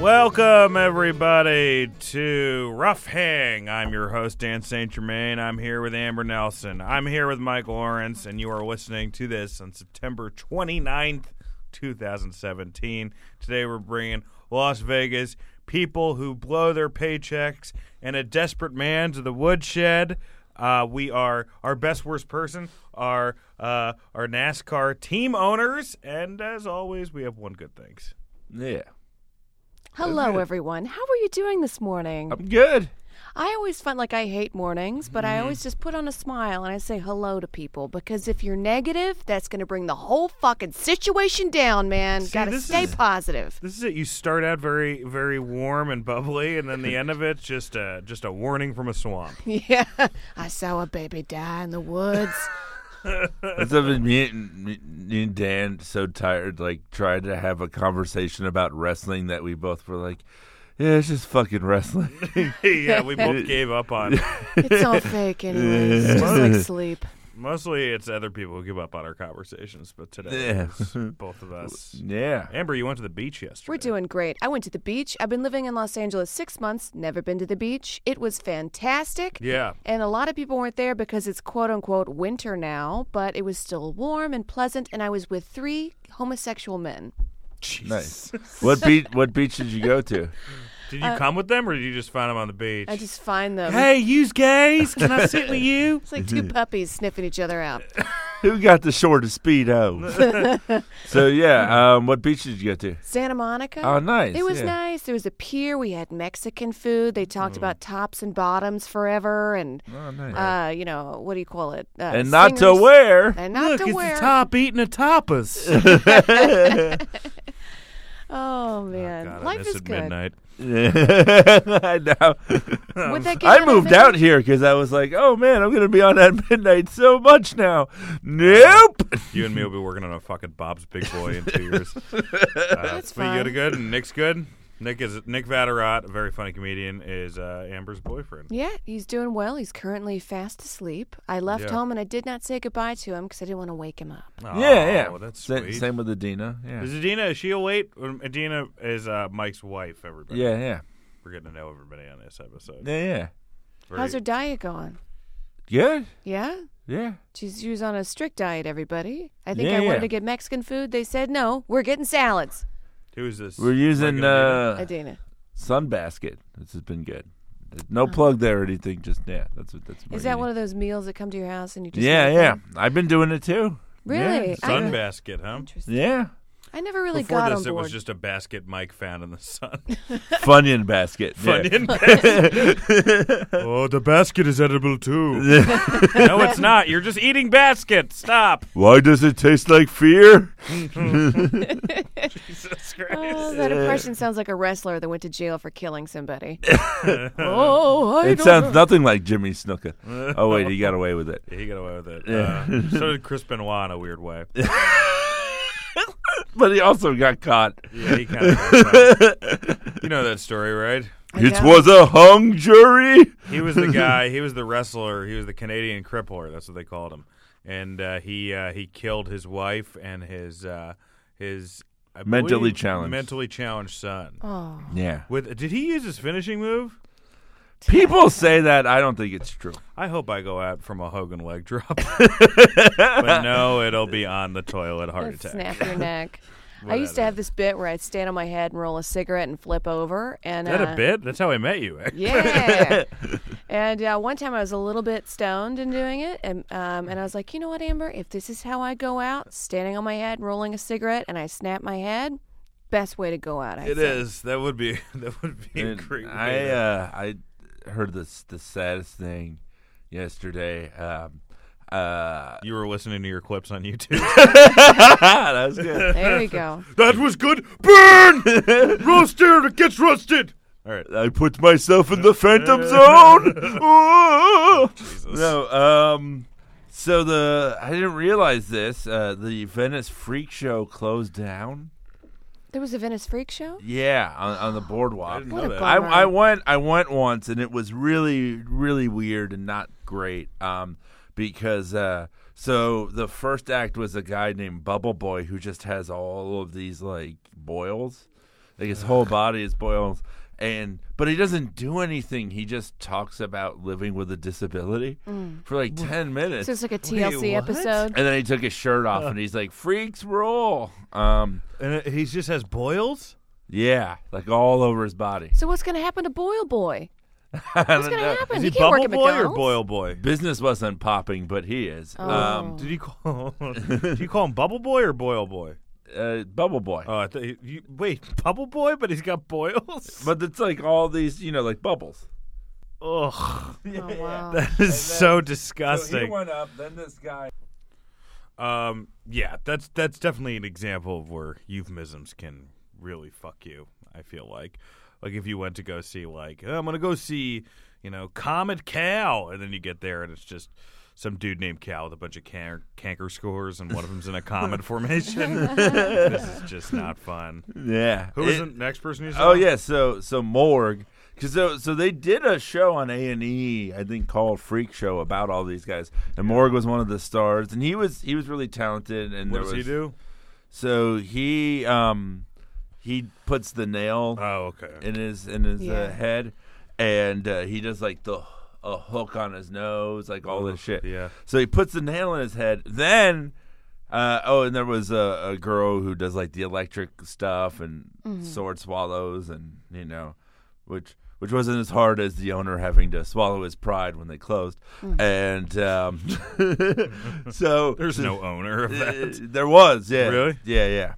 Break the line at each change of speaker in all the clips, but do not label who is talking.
Welcome, everybody, to Rough Hang. I'm your host, Dan St. Germain. I'm here with Amber Nelson. I'm here with Mike Lawrence, and you are listening to this on September 29th, 2017. Today, we're bringing Las Vegas people who blow their paychecks and a desperate man to the woodshed. Uh, we are our best worst person, our uh, our NASCAR team owners, and as always, we have one good thanks.
Yeah.
Hello, everyone. How are you doing this morning?
I'm good.
I always find like I hate mornings, but I
Mm-hmm.
always just put on a smile and I say hello to people because if you're negative, that's going to bring the whole fucking situation down, man.
See,
Got to
this
stay
is-
positive.
This is it. You start out very, very warm and bubbly, and then the end of it's just a just a warning from a swamp.
Yeah. I saw a baby die in the woods.
That's what me, and- me and Dan so tired, like trying to have a conversation about wrestling that we both were like, yeah, it's just fucking wrestling.
yeah, we both gave up on. it.
it's all fake, anyways. It's just like sleep.
Mostly, it's other people who give up on our conversations, but today
Yeah.
it's both of us.
yeah.
Amber, you went to the beach yesterday.
We're doing great. I went to the beach. I've been living in Los Angeles six months, never been to the beach. It was fantastic.
Yeah.
And a lot of people weren't there because it's quote unquote winter now, but it was still warm and pleasant, and I was with three homosexual men.
Nice. What beach? What beach did you go to?
Did you come with them, or did you just find them on the beach?
Uh, I just find them.
hey, yous gays, can I sit with you?
It's like two
Mm-hmm.
puppies sniffing each other out.
Who got the shortest speedo? so yeah, um, what beach did you go to?
Santa Monica.
Oh, nice.
Uh, It was
yeah. Mm-hmm.
nice. There was a pier. We had Mexican food. They talked about tops and bottoms forever, and
Oh, nice.
uh, you know what do you call it? Uh,
and not to
singers.
wear.
And not
Look,
to
it's
wear.
a top eating a tapas.
Oh man,
God, I
life
miss
is
it
good.
midnight.
I know.
Would that get
I
you
moved
anything?
out here because I was like, oh man, I'm going to be on at midnight so much now. Nope.
You and me will be working on a fucking Bob's Big Boy in two years. Uh,
That's
but You
fine.
got a good, and Nick's good. Nick is Nick Vatterott, a very funny comedian, is uh, Amber's boyfriend.
Yeah, he's doing well. He's currently fast asleep. I left
Yeah.
home and I did not say goodbye to him because I didn't want to wake him up.
Aw,
yeah, yeah.
Oh, that's
Sa-
sweet.
Same with Adina. Yeah.
Is Adina? Is she awake? Um, Adina is uh, Mike's wife. Everybody.
yeah, yeah,
we're getting to know everybody on this episode.
yeah, yeah.
Very-
How's her diet going?
Good.
Yeah,
Yeah.
she's she was on a strict diet. Everybody, I think
Yeah,
I
yeah.
wanted to get Mexican food. They said no. We're getting salads.
Who's this?
We're using
regular
uh,
Adina,
Sunbasket. This has been good. There's No plug there or anything. Just yeah. That's what that's.
is that one of those meals that come to your house and you just
Yeah,
eat
yeah.
them?
I've been doing it too.
really?
Yeah.
Adina?
I,
sunbasket, huh?
Yeah.
I never really
Before
got
this,
on
it
board.
was just a basket Mike found in the sun.
Funyun basket.
Fun
Yeah.
in basket. oh, the basket is edible too. no, it's not. You're just eating basket. Stop.
Why does it taste like fear?
Jesus
Oh,
Christ.
that impression sounds like a wrestler that went to jail for killing somebody. oh, I
It
don't
sounds
know.
nothing like Jimmy Snuka. Oh wait, he got away with it.
Yeah, he got away with it. Uh, so did Chris Benoit in a weird way.
But he also got caught.
Yeah, he kind of. you know that story, right?
I
It
know.
was a hung jury.
He was the guy. He was the wrestler. He was the Canadian crippler. That's what they called him. And uh, he uh, he killed his wife and his uh, his I
Mentally
believe-
challenged.
mentally challenged son.
Oh,
Yeah.
With did he use his finishing move?
People say that. I don't think it's true.
I hope I go out from a Hogan leg drop. but no, it'll be on the toilet heart
I'd
attack.
snap your neck. I used to have this bit where I'd stand on my head and roll a cigarette and flip over. And
Is that
uh,
a bit? That's how I met you. eh? Actually.
Yeah. and uh, one time I was a little bit stoned in doing it, and um, and I was like, you know what, Amber, if this is how I go out, standing on my head, rolling a cigarette, and I snap my head, best way to go out. I
It
think.
is. That would be. That would be a
And
great. way
I
to-
uh, I heard this the saddest thing yesterday. Um, uh,
you were listening to your clips on YouTube.
that was good.
There you go.
that was good. Burn. Roast here. It gets rusted. All right.
I put myself in the phantom zone. Oh! No, um, so the I didn't realize this. Uh, the Venice Freak Show closed down.
There was a Venice Freak Show.
Yeah, on, on the boardwalk.
didn't
What
know
a
that.
bummer.
I, I went I went once and it was really really weird and not great um because uh so the first act was a guy named Bubble Boy who just has all of these like boils Like his whole body is boils. And but he doesn't do anything. He just talks about living with a disability for like ten minutes.
Mm. So it's like a TLC
what?
episode.
and then he took his shirt off and he's like, "Freaks roll." Um,
And it- he just has boils.
yeah, like all over his body.
So what's going to happen to Boil Boy?
I
What's
don't
going to
know.
happen?
Is
he
he
can't work
Bubble
at
Boy or
McDonald's.
Boil Boy?
Business wasn't popping, but he is.
Oh.
Um,
Did he call? did you call him Bubble Boy or Boil Boy?
uh, Bubble Boy.
Oh, I thought you, you, wait, Bubble Boy, but he's got boils.
But it's like all these, you know, like bubbles.
Ugh,
Oh, wow.
that is so disgusting.
went up, then this guy.
Um, yeah, that's that's definitely an example of where euphemisms can really fuck you. I feel like, like if you went to go see, like "Oh, I'm gonna go see, you know, Comet Cal, and then you get there and it's just some dude named Cal with a bunch of can- canker scores, and one of them's in a comet formation. this is just not fun.
Yeah.
Who was
It-
the next person you saw?
Oh yeah. So so Morg, because so so they did a show on A and E, I think called Freak Show about all these guys, and Morg was one of the stars, and he was he was really talented. And
What
there
does
was,
he do?
So he um he puts the nail
Oh, okay.
in his in his uh,
Yeah.
head, and uh, he does like the a hook on his nose, like all this shit.
yeah.
So he puts the nail in his head. Then, uh, oh, and there was a, a girl who does like the electric stuff and sword swallows, and you know, which which wasn't as hard as the owner having to swallow his pride when they closed. And um, so
There's no owner of
uh,
that.
there was, yeah.
Really?
Yeah, yeah.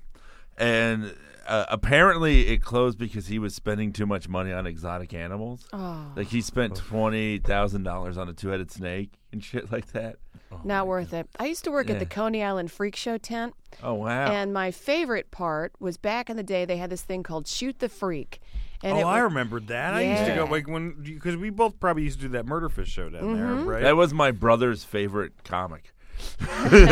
And uh, apparently it closed because he was spending too much money on exotic animals.
Oh,
Like he spent twenty thousand dollars on a two-headed snake and shit like that.
not worth it. I used to work
Yeah.
at the Coney Island Freak Show tent.
Oh wow!
And my favorite part was back in the day they had this thing called Shoot the Freak. And
Oh,
it
I
was-
remember that. I used to go
Yeah.
like when because we both probably used to do that murder fish show down there, right?
that was my brother's favorite comic.
And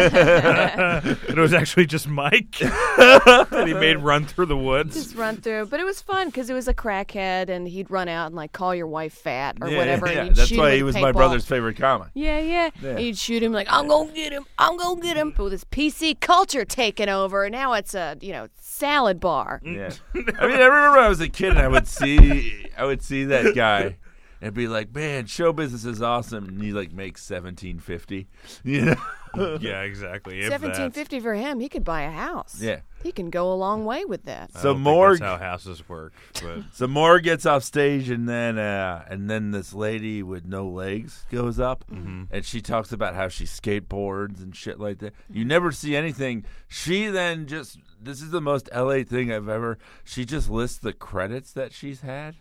it was actually just Mike that he made run through the woods.
just run through, but it was fun because it was a crackhead, and he'd run out and like call your wife fat or
Yeah,
whatever.
yeah,
and
yeah.
you'd
That's
shoot him
why
with
he
a
was my
paintball.
brother's favorite comic.
Yeah, yeah. And You'd shoot him like I'm gonna get him. I'm gonna get him. But with this PC culture taking over, and now it's a you know salad bar.
Yeah. I mean, I remember I was a kid and I would see I would see that guy and be like, "Man, show business is awesome." And he like makes 1750. You know?
Mm, Yeah, exactly. If
Seventeen
that's-
fifty for him, he could buy a house.
Yeah. Uh,
he can go a long way with that.
I
So
don't think
Morg-
that's how houses work. But
So Moore gets off stage, and then uh, and then this lady with no legs goes up, and she talks about how she skateboards and shit like that. You never see anything. She then just this is the most LA thing I've ever. She just lists the credits that she's had.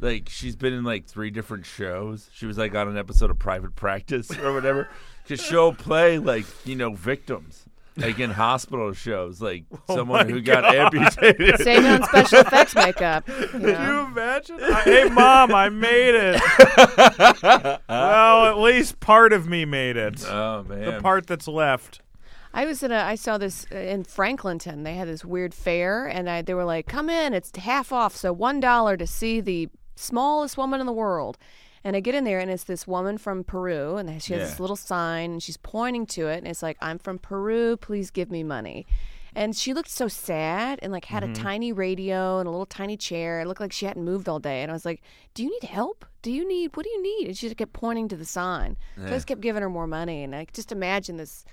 like she's been in like three different shows. She was like on an episode of Private Practice or whatever, because she'll play like you know victims. Like in hospital shows, like someone who got amputated.
Save it on special effects makeup. You know?
imagine? hey, mom, I made it. well, at least part of me made it.
Oh man!
the part that's left.
I was in a. I saw this uh, in Franklinton. They had this weird fair, and I, they were like, "Come in, it's half off, so one dollar to see the smallest woman in the world." And I get in there, and it's this woman from Peru, and she has this
Yeah.
little sign, and she's pointing to it, and it's like, "I'm from Peru, please give me money." And she looked so sad, and like had a tiny radio and a little tiny chair. It looked like she hadn't moved all day, and I was like, "Do you need help? Do you need what do you need?" And she just kept pointing to the sign. So I just kept giving her more money, and I just imagine this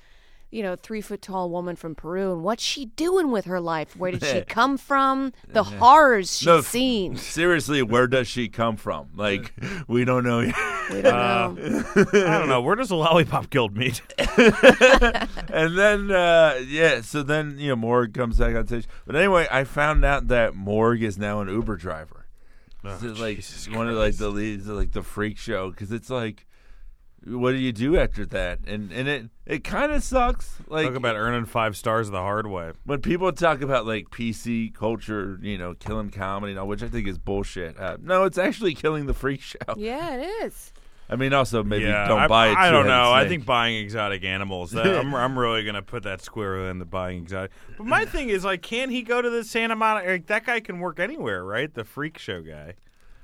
you know, three foot tall woman from Peru and what's she doing with her life? Where did she come from? The horrors she's
No, f-
seen.
Seriously, where does she come from? Like, we don't know.
We don't know.
I don't know. Where does the lollipop guild meet?
and then, uh, yeah, so then, you know, Morg comes back on stage. But anyway, I found out that Morg is now an Uber driver.
Oh,
This is like one of like the leads, of, like the freak show, because it's like, what do you do after that? And and it it kind of sucks. Like
Talk about earning five stars the hard way.
when people talk about like PC culture, you know, killing comedy and all, which I think is bullshit. Uh, no, it's actually killing the freak show.
yeah, it is.
I mean, also maybe
yeah,
don't
I,
buy it.
I don't know. I think buying exotic animals. That, I'm, I'm really gonna put that squarely in the buying exotic. But my thing is like, can he go to the Santa Monica? Like, that guy can work anywhere, right? The freak show guy.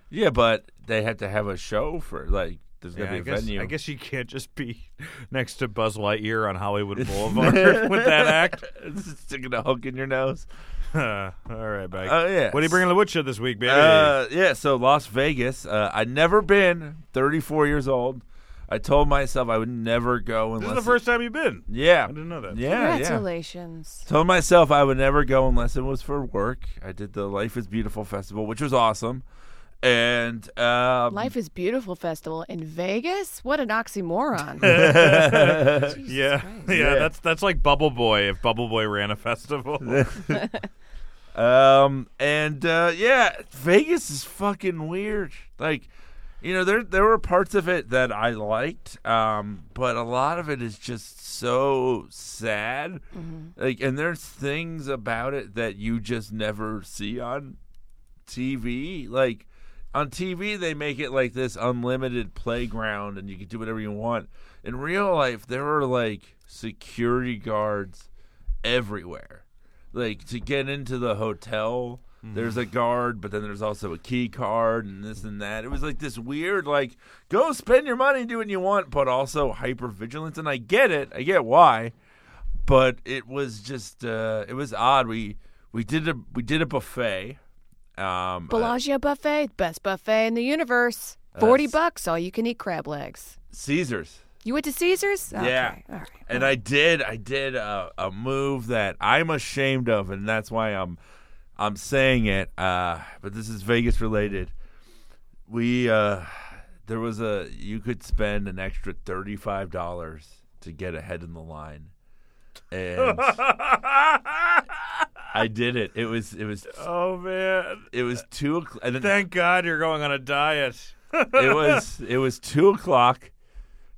Yeah, but they had to have a show for like there's gonna
Yeah,
be
I
a
guess,
venue.
I guess you can't just be next to Buzz Lightyear on Hollywood Boulevard with that act.
It's just sticking a hook in your nose.
All right, Mike.
Oh, yeah.
What are you bringing to the woodshed this week, baby?
Uh, yeah, so Las Vegas. Uh, I'd never been. 34 years old. I told myself I would never go
this
unless.
is the first time you've been.
yeah.
I didn't know that.
Yeah, yeah.
Congratulations.
Told myself I would never go unless it was for work. I did the Life is Beautiful festival, which was awesome, and um,
Life is Beautiful Festival in Vegas? What an oxymoron. Jesus
Yeah.
Christ.
yeah,
Yeah.
That's that's like Bubble Boy if Bubble Boy ran a festival.
Um and uh, yeah, Vegas is fucking weird. Like, you know, there there were parts of it that I liked, um, but a lot of it is just so sad. Like, and there's things about it that you just never see on TV. Like on TV, they make it like this unlimited playground, and you can do whatever you want. In real life, there are like security guards everywhere. Like to get into the hotel, there's a guard, but then there's also a key card and this and that. It was like this weird, like go spend your money, do what you want, but also hyper vigilance. And I get it, I get why, but it was just uh, it was odd. We we did a we did a buffet. Um, uh,
Bellagio Buffet, best buffet in the universe. 40 bucks, all you can eat crab legs.
Caesars.
You went to Caesars? Okay.
Yeah.
All right.
And I did, I did a, a move that I'm ashamed of, and that's why I'm, I'm saying it. Uh, but this is Vegas related. We, uh, there was a, you could spend an extra thirty five dollars to get ahead in the line, and I did it. It was, it was,
oh man.
it was two, o'clock, and then
Thank God you're going on a diet.
it was, it was two o'clock.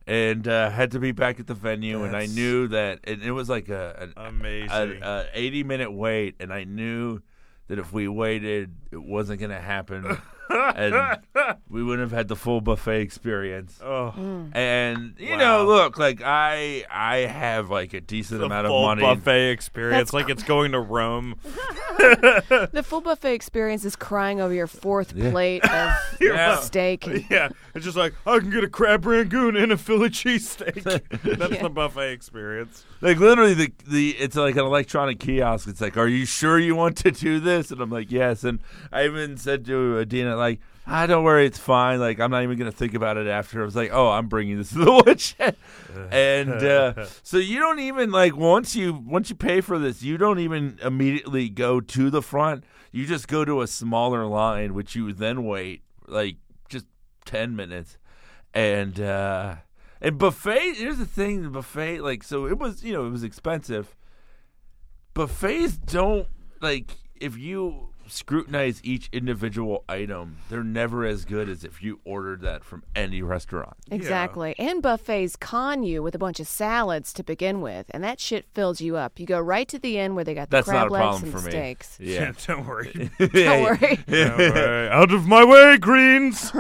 And uh, had to be back at the venue, and I
That's-
knew that, and it was like a an
Amazing.
a, a 80 minute wait, and I knew that if we waited, it wasn't going to happen, and we wouldn't have had the full buffet experience.
oh.
Mm.
And you
Wow.
know, look, like I, I have like a decent
The
amount of
full
money.
buffet experience,
That's
like it's going to Rome.
The full buffet experience is crying over your fourth plate of
Yeah.
steak. and-
Yeah, it's just like I can get a crab rangoon and a Philly cheesesteak. That's
Yeah.
the buffet experience.
Like literally, the the it's like an electronic kiosk. It's like, are you sure you want to do this? And I'm like, yes. And I even said to Adina, like, ah, don't worry, it's fine. Like I'm not even gonna think about it after. I was like, oh, I'm bringing this to the woodshed. and uh, so you don't even like once you once you pay for this, you don't even immediately go to the front. You just go to a smaller line, which you then wait like just ten minutes and uh and buffet here's the thing the buffet like so it was you know it was expensive buffets don't like if you scrutinize each individual item they're never as good as if you ordered that from any restaurant
Exactly. And buffets con you with a bunch of salads to begin with, and that shit fills you up. You go right to the end where they got the
that's not
crab
a
legs
problem
and
for me
steaks.
yeah
don't worry.
Don't worry.
Don't worry. Out of my way, greens.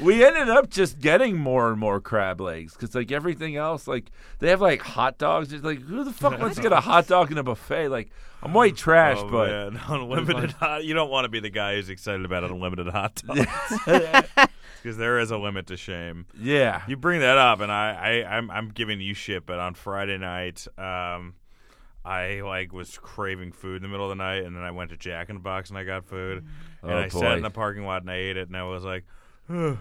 we ended up just getting more and more crab legs because like everything else like they have like hot dogs it's like who the fuck wants to get a hot dog in a buffet like i'm white trash
Oh,
but
man. unlimited hot. You don't want to be the guy who's excited about unlimited hot dogs because there is a limit to shame.
yeah
You bring that up, and I, I I'm, I'm giving you shit. But on Friday night, um, I like was craving food in the middle of the night, and then I went to Jack in the Box and I got food, and
Oh,
I
boy.
sat in the parking lot and I ate it, and I was like. "Huh,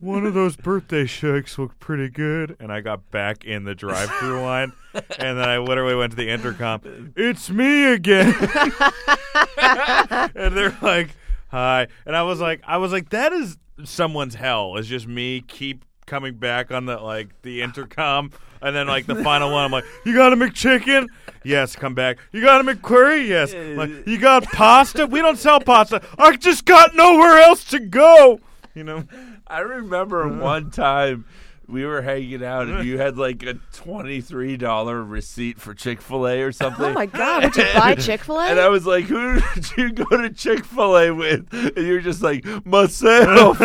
One of those birthday shakes looked pretty good, and I got back in the drive-through line, and then I literally went to the intercom. It's me again and they're like, "Hi," and I was like, "I was like, that is someone's hell. It's just me keep coming back on the like the intercom, and then like the final one, I'm like, you got a McChicken? Yes, come back. You got a McQuarrie? Yes. I'm like, you got pasta? We don't sell pasta. I just got nowhere else to go. You know,
I remember one time we were hanging out and you had like a twenty-three dollar receipt for Chick Fil A or something.
Oh my God, would you buy Chick fil
And I
A?
was like, "Who did you go to Chick Fil A with?" And you're just like, "Myself."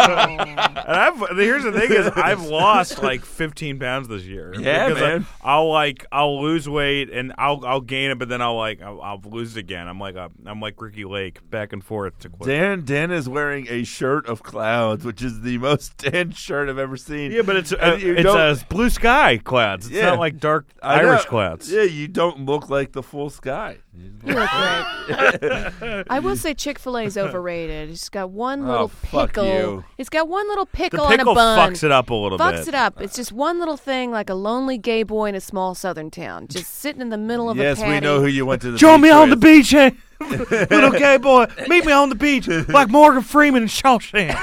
And I've here's the thing is I've lost like 15 pounds this year.
Yeah,
Because I-
man.
I'll like I'll lose weight and I'll I'll gain it, but then I'll like I'll, I'll lose it again. I'm like a, I'm like Ricky Lake back and forth to quit.
Dan Dan is wearing a shirt of clowns, which is the most Dan shirt I've ever seen.
Yeah, but it's uh,
And you
it's
don't-
uh, blue sky clouds. It's
Yeah.
not like dark
I
Irish
know.
clouds.
Yeah, you don't look like the full sky.
You look great. I will say Chick Fil A is overrated. It's got one
Oh,
little
fuck
pickle.
you.
It's got one little
The
pickle, on a
pickle
bun.
fucks it up a little
Fucks
bit.
it up. It's just one little thing, like a lonely gay boy in a small southern town, just sitting in the middle of
yes,
a patty.
we know who you went to the
Join me
beach
on the
with.
beach, eh? little gay boy. Meet me on the beach, like Morgan Freeman in Shawshank.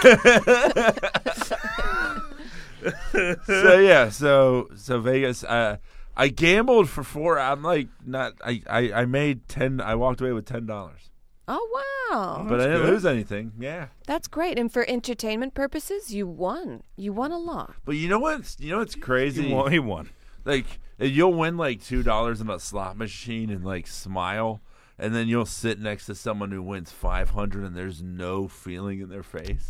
so yeah, so so Vegas. Uh, I gambled for four. I'm like not. I I, I made ten. I walked away with ten dollars,
Oh wow,
but I didn't
good.
lose anything. Yeah.
that's great. And for entertainment purposes, you won. You won a lot.
But you know what's you know what's
he
crazy?
won. He won.
Like you'll win like two dollars in a slot machine and like smile, and then you'll sit next to someone who wins five hundred and there's no feeling in their face.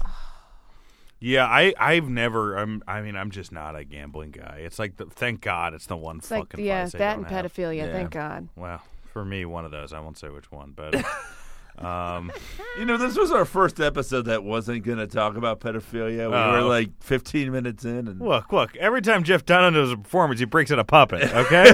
Yeah, I I've never. I'm. I mean, I'm just not a gambling guy. It's like the, thank God it's the one
It's like
fucking
yeah,
place I
that and
don't have.
pedophilia.
Yeah.
Thank God.
Well, for me, one of those. I won't say which one, but uh, um,
You know, this was our first episode that wasn't going to talk about pedophilia. We were
Oh.
like 15 minutes in, and
look, look. Every time Jeff Dunham does a performance, he breaks out a puppet. Okay,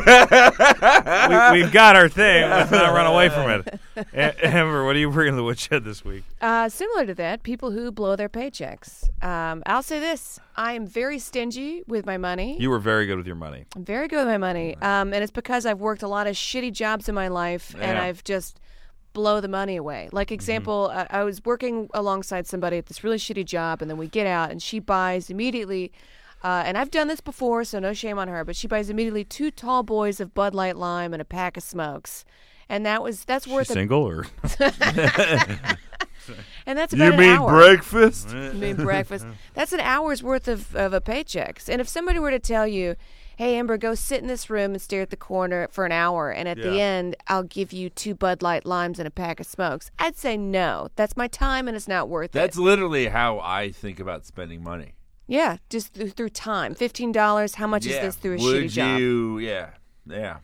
we, we've got our thing. Let's not run away from it. E- Amber, what are you bringing to the woodshed this week?
Uh, similar to that, people who blow their paychecks. Um, I'll say this: I am very stingy with my money.
You were very good with your money.
I'm very good with my money, um, and it's because I've worked a lot of shitty jobs in my life, and
Yeah.
I've just blow the money away. Like
Mm-hmm.
example, I, I was working alongside somebody at this really shitty job, and then we get out, and she buys immediately. Uh, and I've done this before, so no shame on her. But she buys immediately two tall boys of Bud Light Lime and a pack of smokes, and that was that's worth a,
single or
and that's about
you
an
mean
hour.
breakfast?
I mean breakfast. That's an hour's worth of, of a paychecks. And if somebody were to tell you, Hey Amber, go sit in this room and stare at the corner for an hour and at the
Yeah.
end I'll give you two Bud Light limes and a pack of smokes, I'd say no. That's my time and it's not worth
That's
it.
literally how I think about spending money.
Yeah, just th- through time. Fifteen dollars, how much is
yeah.
this through a
Would
shitty job?
you? Yeah, yeah.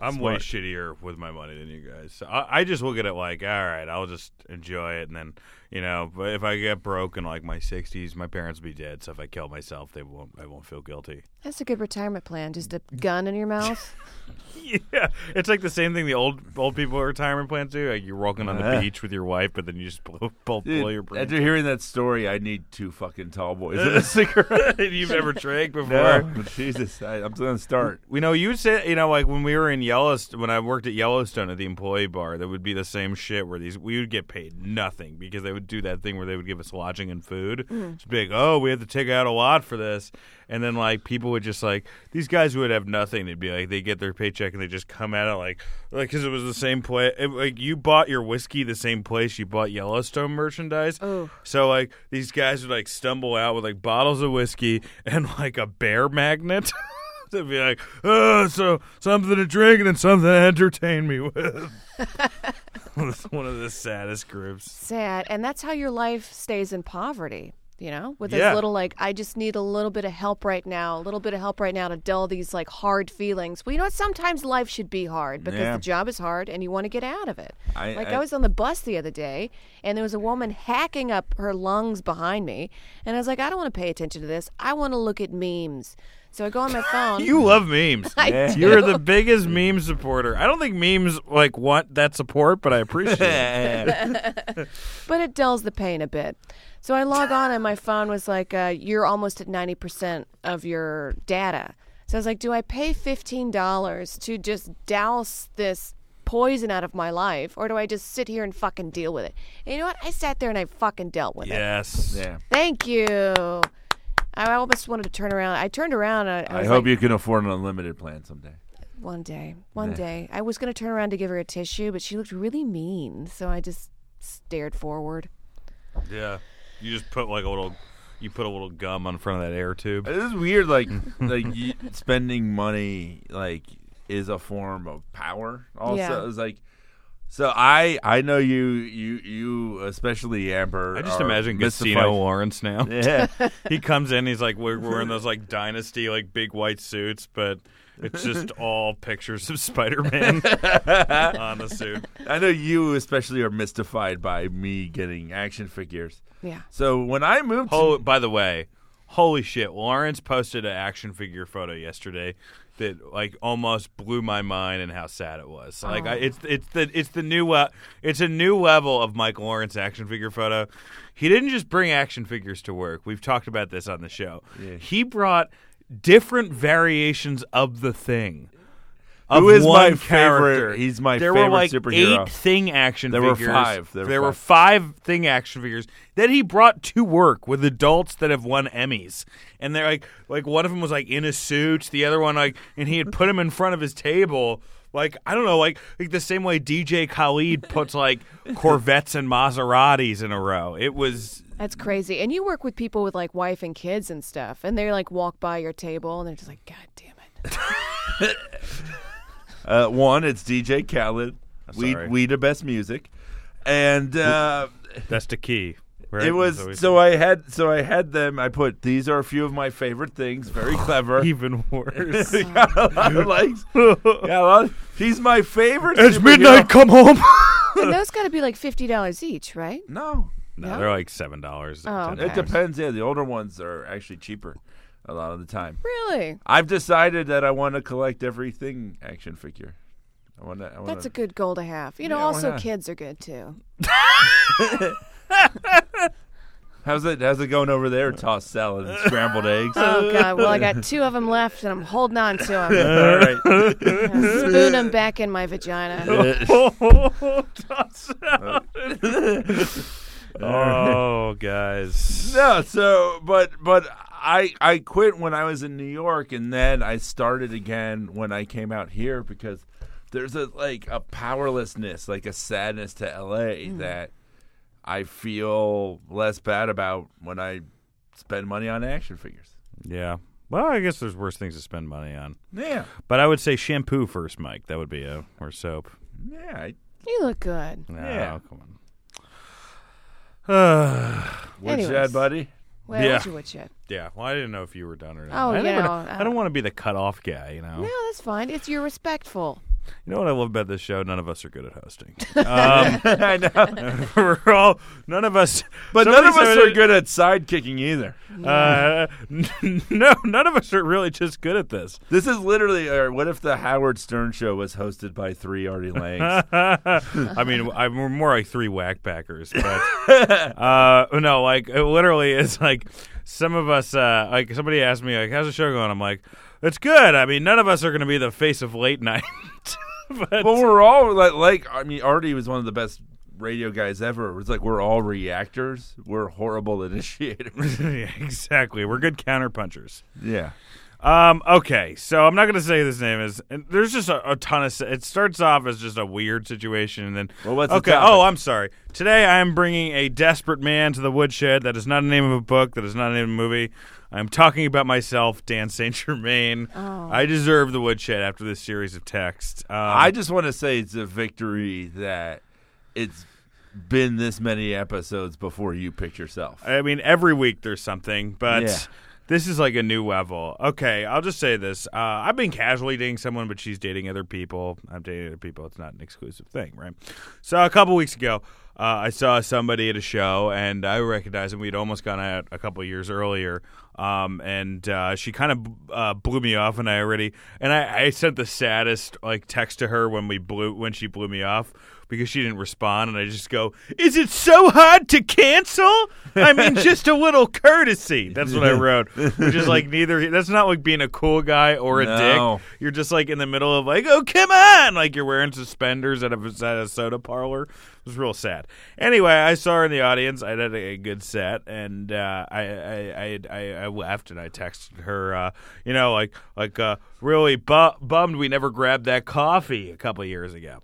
I'm way shittier with my money than you guys. So I, I just look at it like, all right, I'll just enjoy it, and then you know, but if I get broke in like my 60s, my parents will be dead. So if I kill myself, they won't. I won't feel guilty.
That's a good retirement plan. Just a gun in your mouth.
Yeah, it's like the same thing the old old people retirement plans do. Like you're walking on the
Yeah.
beach with your wife, but then you just blow, blow, blow your
Dude,
brains.
after hearing that story, I need two fucking tall boys and a cigarette.
You've ever drank before?
No, Jesus, I, I'm going to start.
You know, you said you know, like when we were in Yellowstone, when I worked at Yellowstone at the employee bar, that would be the same shit. Where these we would get paid nothing because they would do that thing where they would give us lodging and food. It's big. Oh, we have to take out a lot for this, and then like people would just like these guys would have nothing. They'd be like they get their paycheck and they just come at it like like because it was the same place. Like you bought your whiskey the same place you bought Yellowstone merchandise.
Oh.
So like these guys would like stumble out with like bottles of whiskey and like a bear magnet. They'd be like, oh, so something to drink and then something to entertain me with. It's one of the saddest groups.
Sad. And that's how your life stays in poverty, you know? With
Yeah.
this little like I just need a little bit of help right now, a little bit of help right now to dull these like hard feelings. Well, you know what? Sometimes life should be hard because
Yeah.
the job is hard and you want to get out of it.
I-
like
I-
I was on the bus the other day and there was a woman hacking up her lungs behind me and I was like, I don't want to pay attention to this. I want to look at memes. So I go on my phone.
You love memes.
I do.
You're the biggest meme supporter. I don't think memes like want that support, but I appreciate it.
but it dulls the pain a bit. So I log on and my phone was like, uh, "You're almost at ninety percent of your data." So I was like, "Do I pay fifteen dollars to just douse this poison out of my life, or do I just sit here and fucking deal with it?" And you know what? I sat there and I fucking dealt with it.
Yes.
Yeah.
Thank you. I almost wanted to turn around. I turned around. And I, I
I
was
hope
like,
you can afford an unlimited plan someday.
one day, one day. I was going to turn around to give her a tissue, but she looked really mean, so I just stared forward.
Yeah. You just put like a little, you put a little gum on front of that air tube.
It is weird, like like y spending money like is a form of power. Also,
Yeah.
it's like so. I I know you you you especially Amber.
I just
are
imagine
mystified-
Casino Lawrence now.
Yeah,
he comes in. He's like, we're wearing those like dynasty like big white suits, but it's just all pictures of Spider Man on the suit.
I know you especially are mystified by me getting action figures.
Yeah.
So when I moved, to,
Oh, by the way, Holy shit! Lawrence posted an action figure photo yesterday that like almost blew my mind and how sad it was. Like
Oh.
I, it's it's the it's the new uh, it's a new level of Mike Lawrence action figure photo. He didn't just bring action figures to work. We've talked about this on the show. He brought different variations of the thing.
Who
of
is my
one
favorite-
character.
he's my
there were
favorite
like
superhero.
Eight thing action
There were
figures.
five. There were
were five thing action figures that he brought to work with adults that have won Emmys. And they're like, like one of them was like in a suit, the other one like, and he had put him in front of his table. Like I don't know, like like the same way DJ Khalid puts like Corvettes and Maseratis in a row. It was
That's crazy. And you work with people with like wife and kids and stuff, and they like walk by your table and they're just like, God damn it.
Uh, one, it's DJ Khaled. We
sorry.
we the best music, and uh,
that's the key. right?
it was
That's what we-
so I had so I had them. I put these are a few of my favorite things. Very clever.
even worse.
got a lot of likes. Got a lot of- he's my favorite. superhero.
Come home.
And those got to be like $50 each, right?
No,
no,
Yeah.
they're like seven dollars.
Oh, okay.
it depends. Yeah, the older ones are actually cheaper a lot of the time.
Really?
I've decided that I want to collect everything action figure. I want to. I want
That's
to,
a good goal to have. You know,
Yeah, why
also
not?
kids are good too.
how's it? How's it going over there? Tossed salad and scrambled eggs.
Oh God! Well, I got two of them left, and I'm holding on to them.
All right.
Spoon them back in my vagina.
oh, guys.
No, so but but I I quit when I was in New York and then I started again when I came out here because there's a like a powerlessness, like a sadness to LA
Mm.
that I feel less bad about when I spend money on action figures.
Yeah. Well, I guess there's worse things to spend money on.
Yeah.
But I would say shampoo first, Mike. That would be a or soap.
Yeah. I,
You look good.
No,
Yeah.
come on.
what's
Anyways.
that, buddy?
Well,
Yeah.
yeah. you would you.
yeah. Well, I didn't know if you were done or not.
Oh,
I
you
don't
know,
wanna, I
uh,
don't want to be the cut off guy. You know.
No, that's fine. It's you're respectful.
You know what I love about this show? None of us are good at hosting. Um,
I know.
We're all none of us.
But
somebody
none of us
said-
are good at sidekicking either.
Uh, n- no, none of us are really just good at this.
This is literally, or what if the Howard Stern show was hosted by three Artie Langs?
I mean, I'm we're more like three whackpackers. But uh, no, like it literally is like some of us. Uh, like somebody asked me, like, "How's the show going?" I'm like, "It's good." I mean, none of us are going to be the face of late night. but
But we're all like, like I mean, Artie was one of the best radio guys ever. It's like we're all reactors. We're horrible initiators.
Yeah, exactly, we're good counterpunchers.
yeah.
Um, okay, so I'm not going to say who this name is. And there's just a, a ton of. It starts off as just a weird situation, and then.
Well, what's the
okay?
topic?
oh, I'm sorry. Today I am bringing a desperate man to the woodshed. That is not the name of a book. That is not the name of a movie. I'm talking about myself, Dan Saint Germain.
Oh.
I deserve the woodshed after this series of texts. Um,
I just want to say it's a victory that it's been this many episodes before you picked yourself.
I mean, every week there's something, but
Yeah.
this is like a new level. Okay, I'll just say this. Uh, I've been casually dating someone, but she's dating other people. I'm dating other people. It's not an exclusive thing, right? So a couple weeks ago, uh, I saw somebody at a show, and I recognized him. We'd almost gone out a couple years earlier. Um, and uh, she kind of uh, blew me off, and I already and I, I sent the saddest like text to her when we blew when she blew me off because she didn't respond and I just go, "Is it so hard to cancel?" I mean, just a little courtesy. That's what I wrote. Which is like neither that's not like being a cool guy or a
No.
dick. You're just like in the middle of like, "Oh, come on." Like you're wearing suspenders at a, at a soda parlor. It was real sad. Anyway, I saw her in the audience. I had a good set and uh, I, I, I I I left and I texted her uh, you know, like like uh, really bu- bummed we never grabbed that coffee a couple years ago.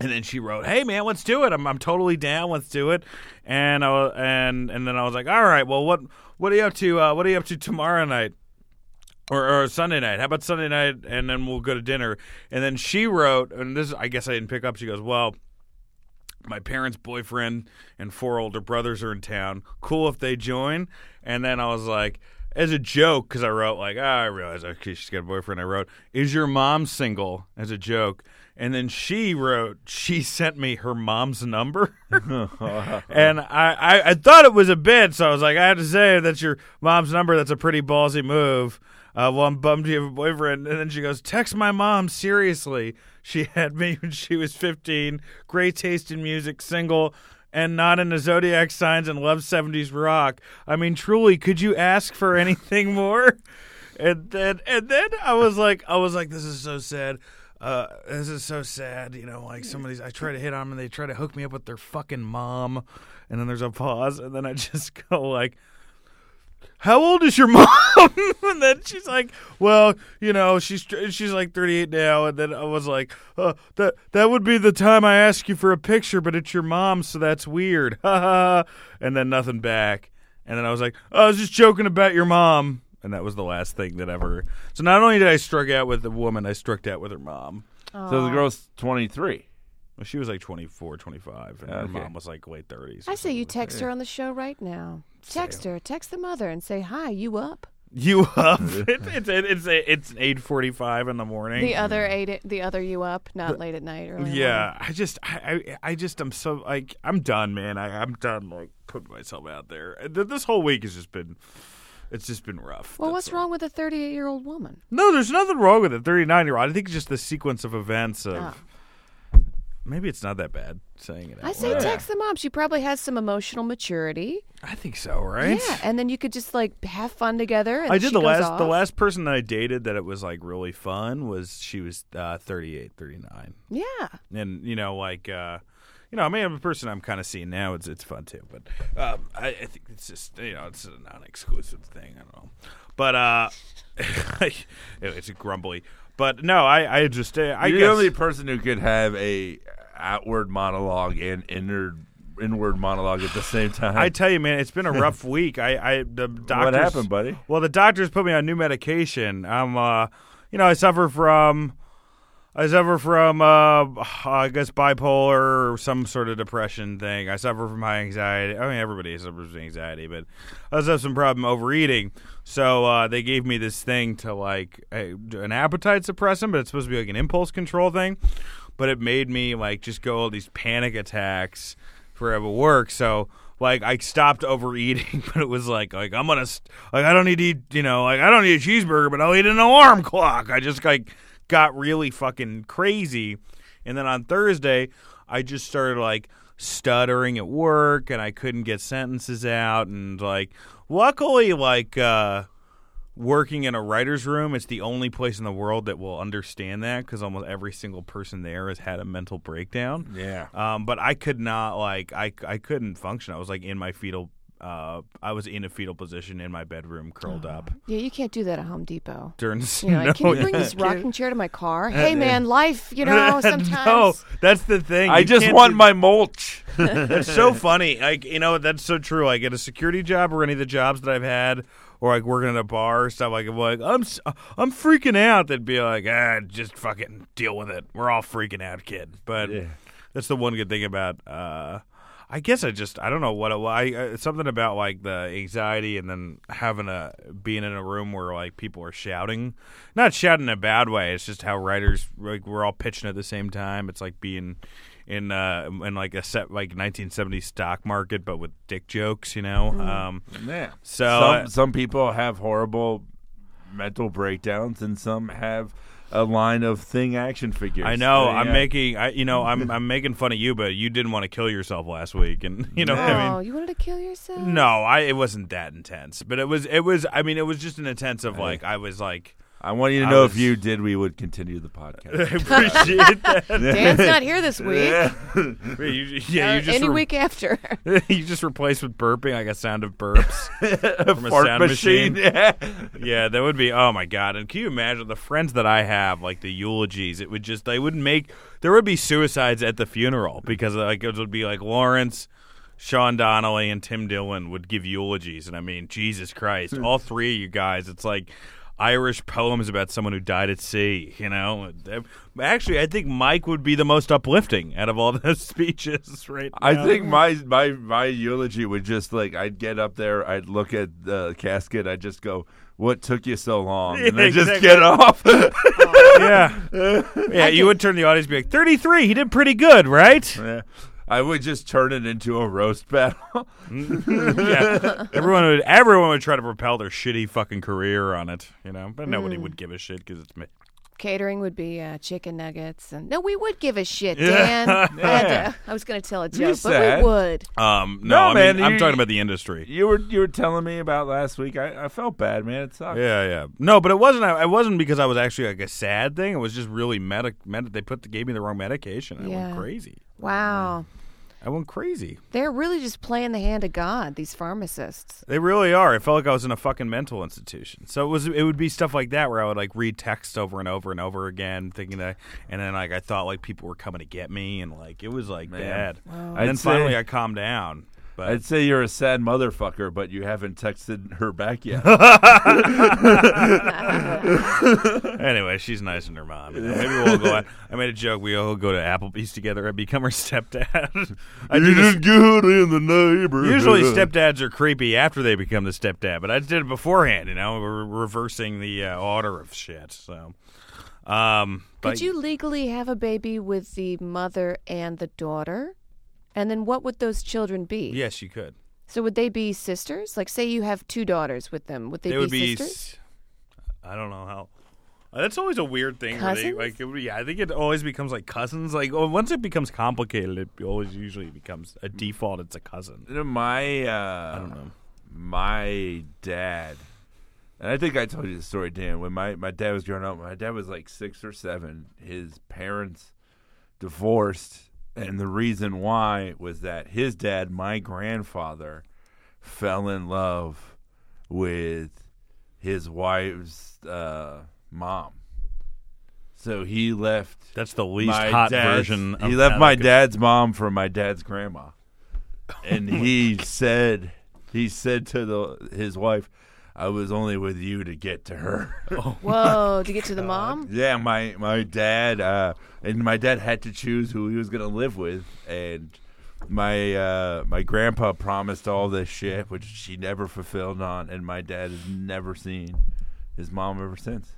And then she wrote, "Hey man, let's do it. I'm I'm totally down. Let's do it." And I wa- and and then I was like, "All right, well, what what are you up to? Uh, what are you up to tomorrow night?" Or, or Sunday night. How about Sunday night, and then we'll go to dinner. And then she wrote, and this I guess I didn't pick up. She goes, "Well, my parents' boyfriend and four older brothers are in town. Cool if they join. And then I was like, as a joke because I wrote like, ah, I realize okay, she's got a boyfriend. I wrote, "Is your mom single?" as a joke, and then she wrote, she sent me her mom's number, and I, I I thought it was a bit, so I was like, I have to say that's your mom's number. That's a pretty ballsy move. Uh, well, I'm bummed you have a boyfriend. And then she goes, Text my mom, seriously. She had me when she was 15, great taste in music, single, and not into zodiac signs and love 70s rock. I mean, truly, could you ask for anything more? And then, and then I was like, I was like, this is so sad. Uh, this is so sad. You know, like somebody's, I try to hit on them and they try to hook me up with their fucking mom. And then there's a pause. And then I just go like, how old is your mom? and then she's like, well, you know, she's she's like 38 now. And then I was like, uh, that that would be the time I ask you for a picture, but it's your mom, so that's weird. Ha ha. and then nothing back. And then I was like, I was just joking about your mom. And that was the last thing that ever. So not only did I struck out with the woman, I struck out with her mom.
So the girl's 23.
Well, she was like 24, 25, and her
Okay.
mom was like late 30s. or
I say you
something.
text her on the show right now. Text her. Text the mother and say, hi, you up?
You up? it's, it's, it's, it's 8.45 in the morning.
The other eight, the other you up, not late at night. Early in the morning.
Yeah, I just, I, I, I just, I'm so like, I'm done, man. I, I'm done, like, putting myself out there. Th- This whole week has just been, it's just been rough.
Well,
That's
what's
all.
wrong with a 38 year old woman?
No, there's nothing wrong with it. 39 year old. I think it's just the sequence of events of.
Ah.
Maybe it's not that bad saying it.
I
out
say
loud.
text the mom. She probably has some emotional maturity.
I think so, right?
Yeah, and then you could just like have fun together. And
I did
she
the
goes
last the
off.
last person that I dated that it was like really fun was she was uh, 38, 39.
Yeah,
and you know like uh you know i mean the person i'm kind of seeing now it's it's fun too but um I, I think it's just you know it's a non-exclusive thing i don't know but uh it's grumbly but no i i just uh, i
You're
guess
the only person who could have a outward monologue and inward inward monologue at the same time.
I tell you, man, it's been a rough week. I, I the doctors.
happened, buddy?
Well, the doctors put me on new medication. I'm, uh, you know, I suffer from, I suffer from, uh, I guess bipolar or some sort of depression thing. I suffer from high anxiety. I mean, everybody suffers from anxiety, but I also have some problem overeating. So uh, they gave me this thing to like a, an appetite suppressant, but it's supposed to be like an impulse control thing. But it made me like just go all these panic attacks forever work. So like I stopped overeating, but it was like like I'm gonna st- like I don't need to eat you know like I don't need a cheeseburger, but I'll eat an alarm clock. I just like got really fucking crazy, and then on Thursday I just started like stuttering at work, and I couldn't get sentences out, and like luckily like. uh working in a writer's room, it's the only place in the world that will understand that because almost every single person there has had a mental breakdown.
Yeah.
Um, but I could not like I I couldn't function. I was like in my fetal. Uh, I was in a fetal position in my bedroom, curled up
yeah. You can't do that at Home Depot.
during. the
You know, like, can
no,
you bring this rocking chair to my car? Hey, man, life. You know, sometimes.
no, that's the thing.
I
You
just
can't
want
do-
my mulch.
It's so funny. Like you know, that's so true. Like at a security job or any of the jobs that I've had, or like working at a bar or stuff like like I'm s- I'm freaking out. They'd be like, ah, just fucking deal with it. We're all freaking out, kid. But
Yeah.
that's the one good thing about. uh I guess I just I don't know what it, I uh, something about like the anxiety and then having a being in a room where like people are shouting, not shouting in a bad way. It's just how writers like we're all pitching at the same time. It's like being in uh in like a set like 1970s stock market but with dick jokes you know
Hmm.
um
Yeah.
so
some
uh,
some people have horrible mental breakdowns, and some have a line of thing action figures.
i know
Uh,
i'm
yeah.
making i you know i'm i'm making fun of you but you didn't want to kill yourself last week and you know what i mean
Oh, you wanted to kill yourself?
no i it wasn't that intense but it was it was i mean it was just an intense of like i was like
I want you to
I
know if
was-
you did, we would continue the
I
podcast.
appreciate that
Dan's not here this week.
You- you-
or
yeah you just
Uh, any
re-
week after.
you just replaced with burping like a sound of burps from a
Fart
sound machine
Yeah.
Yeah, that would be. Oh my god! And can you imagine the friends that I have, like the eulogies? It would just they would make there would be suicides at the funeral because like it would be like Lawrence, Sean
Hmm.
Donnelly, and Tim Dillon would give eulogies, and I mean Jesus Christ, all three of you guys. It's like Irish poems about someone who died at sea. You know, actually, I think Mike would be the most uplifting out of all those speeches right now.
I think my my my eulogy would just like I'd get up there, I'd look at the casket, I'd just go, "What took you so long?" And then just
Exactly.
get off.
yeah, yeah. you would turn to the audience and be like, "33, he did pretty good, right?"
Yeah. I would just turn it into a roast battle.
yeah, everyone would everyone would try to propel their shitty fucking career on it, you know. But nobody
Mm.
would give a shit because it's me.
Catering would be uh, chicken nuggets, and no, we would give a shit, Dan. I, had to- I was going to tell a
You
joke, but
said.
we would.
Um, no,
No,
I
man,
mean, I'm
you-
talking about the industry.
you were you were telling me about last week. I, I felt bad, man. It sucked.
Yeah, yeah. No, but it wasn't. I- It wasn't because I was actually like a sad thing. It was just really medic. Med- they put gave me the wrong medication. I
Yeah.
went crazy.
Wow,
I went crazy.
they're really just playing the hand of God. These pharmacists.
They really are. It felt like I was in a fucking mental institution. So it was. It would be stuff like that where I would like read text over and over and over again, thinking that, and then like I thought like people were coming to get me, and like it was like
Man.
bad. And
I'd
then finally
say-
I calmed down. But
I'd say you're a sad motherfucker, but you haven't texted her back yet.
anyway, she's nice and her mom. you know. Maybe we'll go. Out. I made a joke. We all go to Applebee's together. I become her stepdad. I do this.
good in the neighborhood.
Usually, stepdads are creepy after they become the stepdad, but I did it beforehand. You know, we're reversing the uh, order of shit. So, um, but
Could you legally have a baby with the mother and the daughter? And then what would those children be?
yes, you could.
So would they be sisters? Like, say you have two daughters with them, would they,
They would be.
sisters?
s- I don't know how. Uh, That's always a weird thing. Where they,
Cousins?
like, it, would- yeah, I think it always becomes like cousins. Like, oh, once it becomes complicated, it always usually becomes a default. It's a cousin.
You know, my uh, I don't know. My dad, and I think I told you the story, Dan. When my my dad was growing up, my dad was like six or seven. His parents divorced, and the reason why was that his dad, my grandfather, fell in love with his wife's uh, mom. So he left
That's the least
my
hot
dad's-
version. Of
He left
that
my
I could-
dad's mom for my dad's grandma,
Oh
and he said he said to the his wife, "I was only with you to get to her."
Oh.
Whoa, to get to the mom?
yeah, my my dad uh, and my dad had to choose who he was going to live with, and my uh, my grandpa promised all this shit, which she never fulfilled on, and my dad has never seen his mom ever since.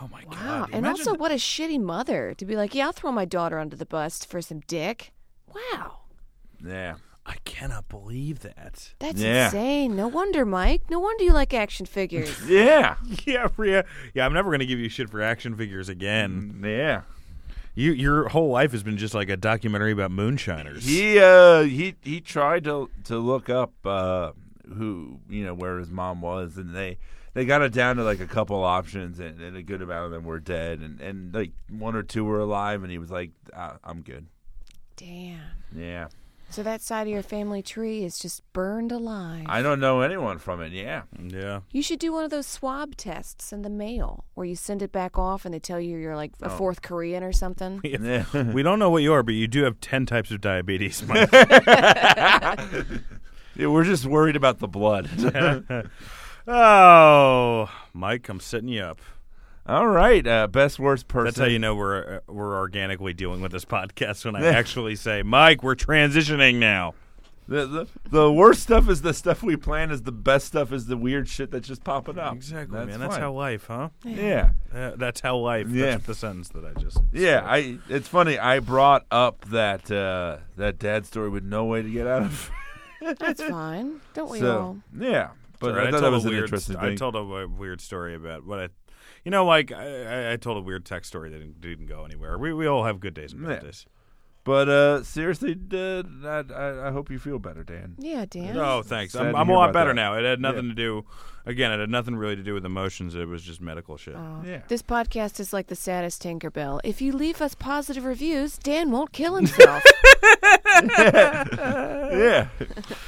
Oh my
Wow.
god!
And
Imagine
also, what a shitty mother to be like, yeah, I'll throw my daughter under the bus for some dick. Wow.
Yeah.
I cannot believe that.
That's
Yeah.
insane. No wonder, Mike. No wonder you like action figures.
Yeah.
Yeah, Priya. Yeah, I'm never gonna give you shit for action figures
Mm.
again.
Yeah.
You, your whole life has been just like a documentary about moonshiners.
He uh he he tried to to look up uh who you know where his mom was and they they got it down to like a couple options and, and a good amount of them were dead and and like one or two were alive and he was like I, I'm good.
Damn.
Yeah.
So that side of your family tree is just burned alive.
I don't know anyone from it. Yeah.
yeah.
You should do one of those swab tests in the mail where you send it back off and they tell you you're like a
Oh.
fourth Korean or something.
Yeah.
We don't know what you are, but you do have ten types of diabetes. Mike.
Yeah, we're just worried about the blood.
oh, Mike, I'm setting you up.
All right. Uh, best worst person.
That's how you know we're uh, we're organically dealing with this podcast when I actually say, Mike, we're transitioning now.
the, the, the worst stuff is the stuff we plan is the best stuff is the weird shit that's just popping up.
man. That's
fine.
how life, huh?
Yeah.
Uh, that's how life.
Yeah.
That's the sentence that I just.
Yeah, I. It's funny. I brought up that uh, that dad story with no way to get out of.
That's fine. Don't we all?
so yeah, but
Sorry,
I thought that
told a
was an
weird
interesting
st-
thing.
I told a w- weird story about what I, you know, like I, I- I told a weird tech story that didn't, didn't go anywhere. We we all have good days and bad
Yeah.
days.
but uh, seriously, Dad, I, I, I hope you feel better, Dan.
Yeah, Dan.
uh,
Oh, thanks.
Sad
I'm,
to
I'm a
hear
lot
about
better
that.
now. It had nothing to do. Again, it had nothing really to do with emotions. It was just medical shit.
Oh.
Yeah.
This podcast is like the saddest Tinkerbell. If you leave us positive reviews, Dan won't kill himself.
Yeah,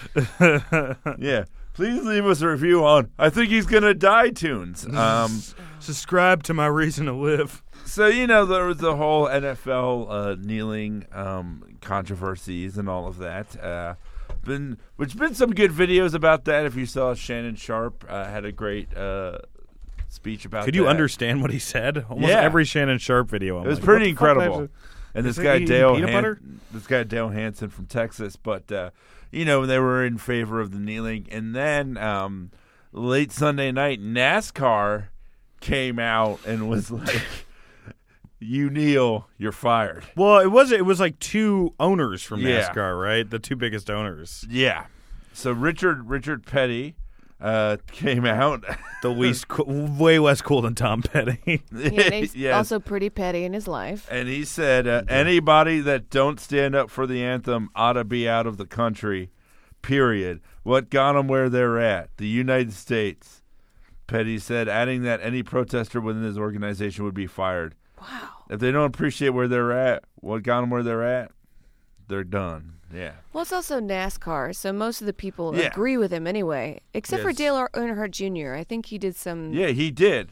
yeah. Please leave us a review on. I think he's gonna die. Tunes. Um.
Subscribe to my reason to live.
So you know there was the whole NFL uh, kneeling um, controversies and all of that. Uh, been which been some good videos about that. If you saw Shannon Sharp uh, had a great uh, speech about.
Could you
that.
understand what he said? Almost
Yeah.
every Shannon Sharp video. I'm
It was
like,
pretty
what the fuck
incredible.
is it?
And this
Is it
guy
eating
Dale,
peanut
Han-
butter?
this guy Dale Hansen from Texas, but uh, you know they were in favor of the kneeling, and then um, late Sunday night NASCAR came out and was like, "You kneel, you're fired."
Well, it was it was like two owners from
Yeah.
NASCAR, right? The two biggest owners,
Yeah. So Richard Richard Petty uh, came out.
the least co- way less cool than Tom Petty.
Yeah, and he's
Yes.
also pretty petty in his life.
and he said, uh, "Anybody that don't stand up for the anthem ought to be out of the country." Period. What got them where they're at? The United States. Petty said, adding that any protester within his organization would be fired
Wow.
if they don't appreciate where they're at. What got them where they're at? They're done. Yeah.
Well, it's also NASCAR, so most of the people
Yeah.
agree with him anyway, except for
Yes.
Dale Earnhardt Jr. I think he did some.
Yeah, he did.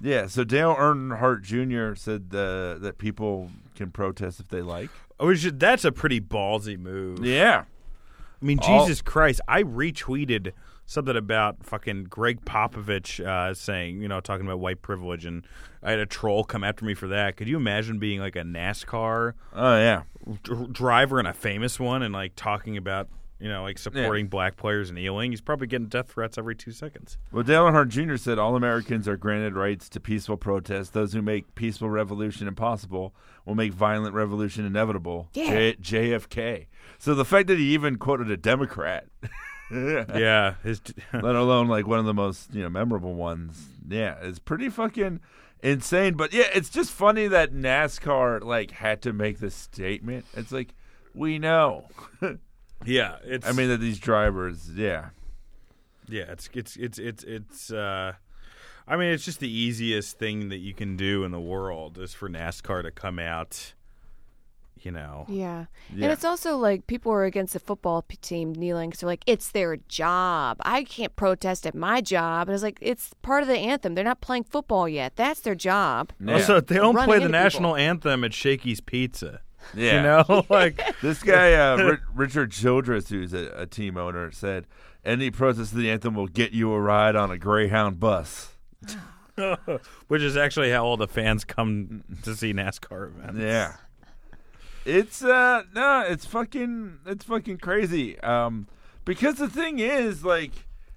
Yeah, so Dale Earnhardt Jr. said uh, that people can protest if they like.
Which that's a pretty ballsy move.
Yeah.
I mean,
All-
Jesus Christ! I retweeted something about fucking Greg Popovich uh, saying, you know, talking about white privilege, and I had a troll come after me for that. Could you imagine being like a NASCAR
Oh, yeah.
dr- driver and a famous one, and like talking about, you know, like supporting black players and kneeling? He's probably getting death threats every two seconds.
Well, Dale Earnhardt Jr. said all Americans are granted rights to peaceful protest. Those who make peaceful revolution impossible will make violent revolution inevitable.
Yeah.
J- JFK. So the fact that he even quoted a Democrat,
Yeah, his
let alone like one of the most you know memorable ones, yeah, it's pretty fucking insane. But yeah, it's just funny that NASCAR like had to make this statement. It's like we know.
yeah. It's
I mean that these drivers, yeah,
Yeah, it's it's it's it's it's. Uh, I mean, it's just the easiest thing that you can do in the world is for NASCAR to come out. You know,
Yeah.
Yeah.
And it's also like people are against the football p- team kneeling because they're like, it's their job. I can't protest at my job. And it's like, it's part of the anthem. They're not playing football yet. That's their job.
yeah.
also they don't
Running
play the
into
national anthem at Shakey's Pizza.
yeah.
You know, like
This guy, uh, Ri- Richard Childress, who's a, a team owner, said, "Any protest of the anthem will get you a ride on a Greyhound bus."
which is actually how all the fans come to see NASCAR events.
Yeah, it's uh, no, it's fucking, it's fucking crazy. Um, because the thing is, like,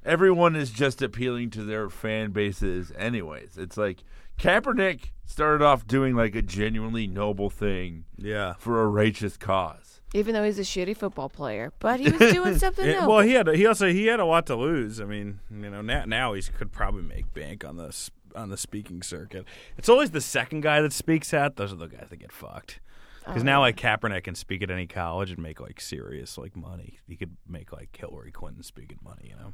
everyone is just appealing to their fan bases, anyways. It's like Kaepernick started off doing like a genuinely noble thing
yeah.
for a righteous cause.
Even though he's a shitty football player, but he was doing something
Yeah,
else.
well, he had he also he had a lot to lose. I mean, you know, now now he could probably make bank on the s- on the speaking circuit. It's always the second guy that speaks out. Those are the guys that get fucked. Because now, like Kaepernick can speak at any college and make like serious like money. He could make like Hillary Clinton speaking money. You know,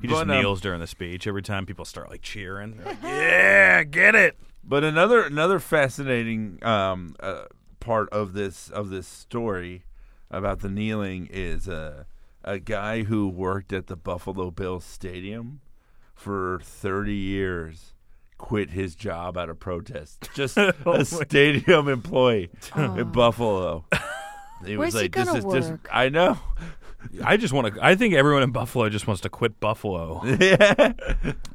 he just
But, um,
kneels during the speech. Every time people start like cheering, They're like, yeah, get it.
But another another fascinating um, uh, part of this of this story about the kneeling is uh, a guy who worked at the Buffalo Bills stadium for 30 years quit his job out of protest. Just
Oh
a stadium employee in Buffalo. He
Oh. Where's he
this
gonna
is just
work?"
I know.
I just want to. I think everyone in Buffalo just wants to quit Buffalo.
yeah.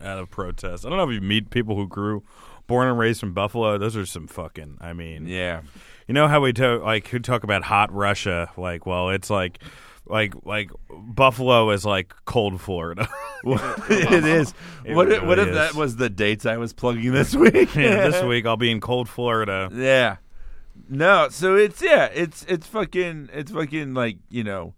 out of protest. I don't know if you meet people who grew born and raised in Buffalo. Those are some fucking. I mean,
Yeah.
you know how we do like who talk about hot Russia? Like, well, it's like. Like like Buffalo is like cold Florida.
it is.
It
what if, what
really
if
is.
that was the dates I was plugging this week?
yeah, this week I'll be in cold Florida.
Yeah. No, so it's yeah, it's it's fucking it's fucking like, you know,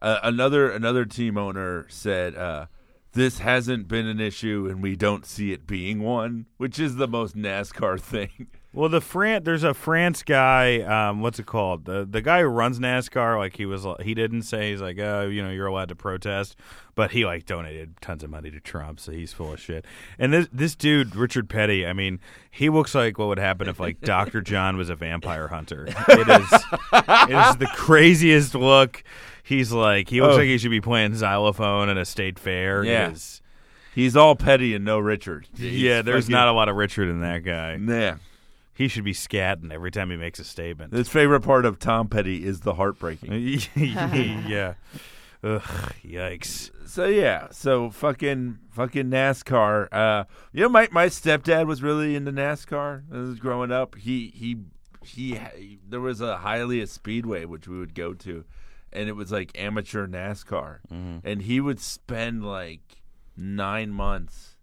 uh, another another team owner said uh this hasn't been an issue and we don't see it being one, which is the most NASCAR thing.
Well, the Fran there's a France guy. Um, what's it called? The the guy who runs NASCAR. Like he was, he didn't say he's like, oh, you know, you're allowed to protest, but he like donated tons of money to Trump, so he's full of shit. And this this dude Richard Petty. I mean, he looks like what would happen if like Doctor John was a vampire hunter. It is it is the craziest look. He's like he looks
Oh.
like he should be playing xylophone at a state fair. It
Yeah.
is-
He's all petty and no Richard.
yeah. There's not a lot of Richard in that guy.
Yeah.
He should be scatting every time he makes a statement.
His favorite part of Tom Petty is the heartbreaking.
yeah. Ugh, yikes.
So yeah, so fucking fucking NASCAR. Uh, you know, my my stepdad was really into NASCAR. As growing up, he he he. ha- There was a Hialeah Speedway which we would go to, and it was like amateur NASCAR, and he would spend like nine months.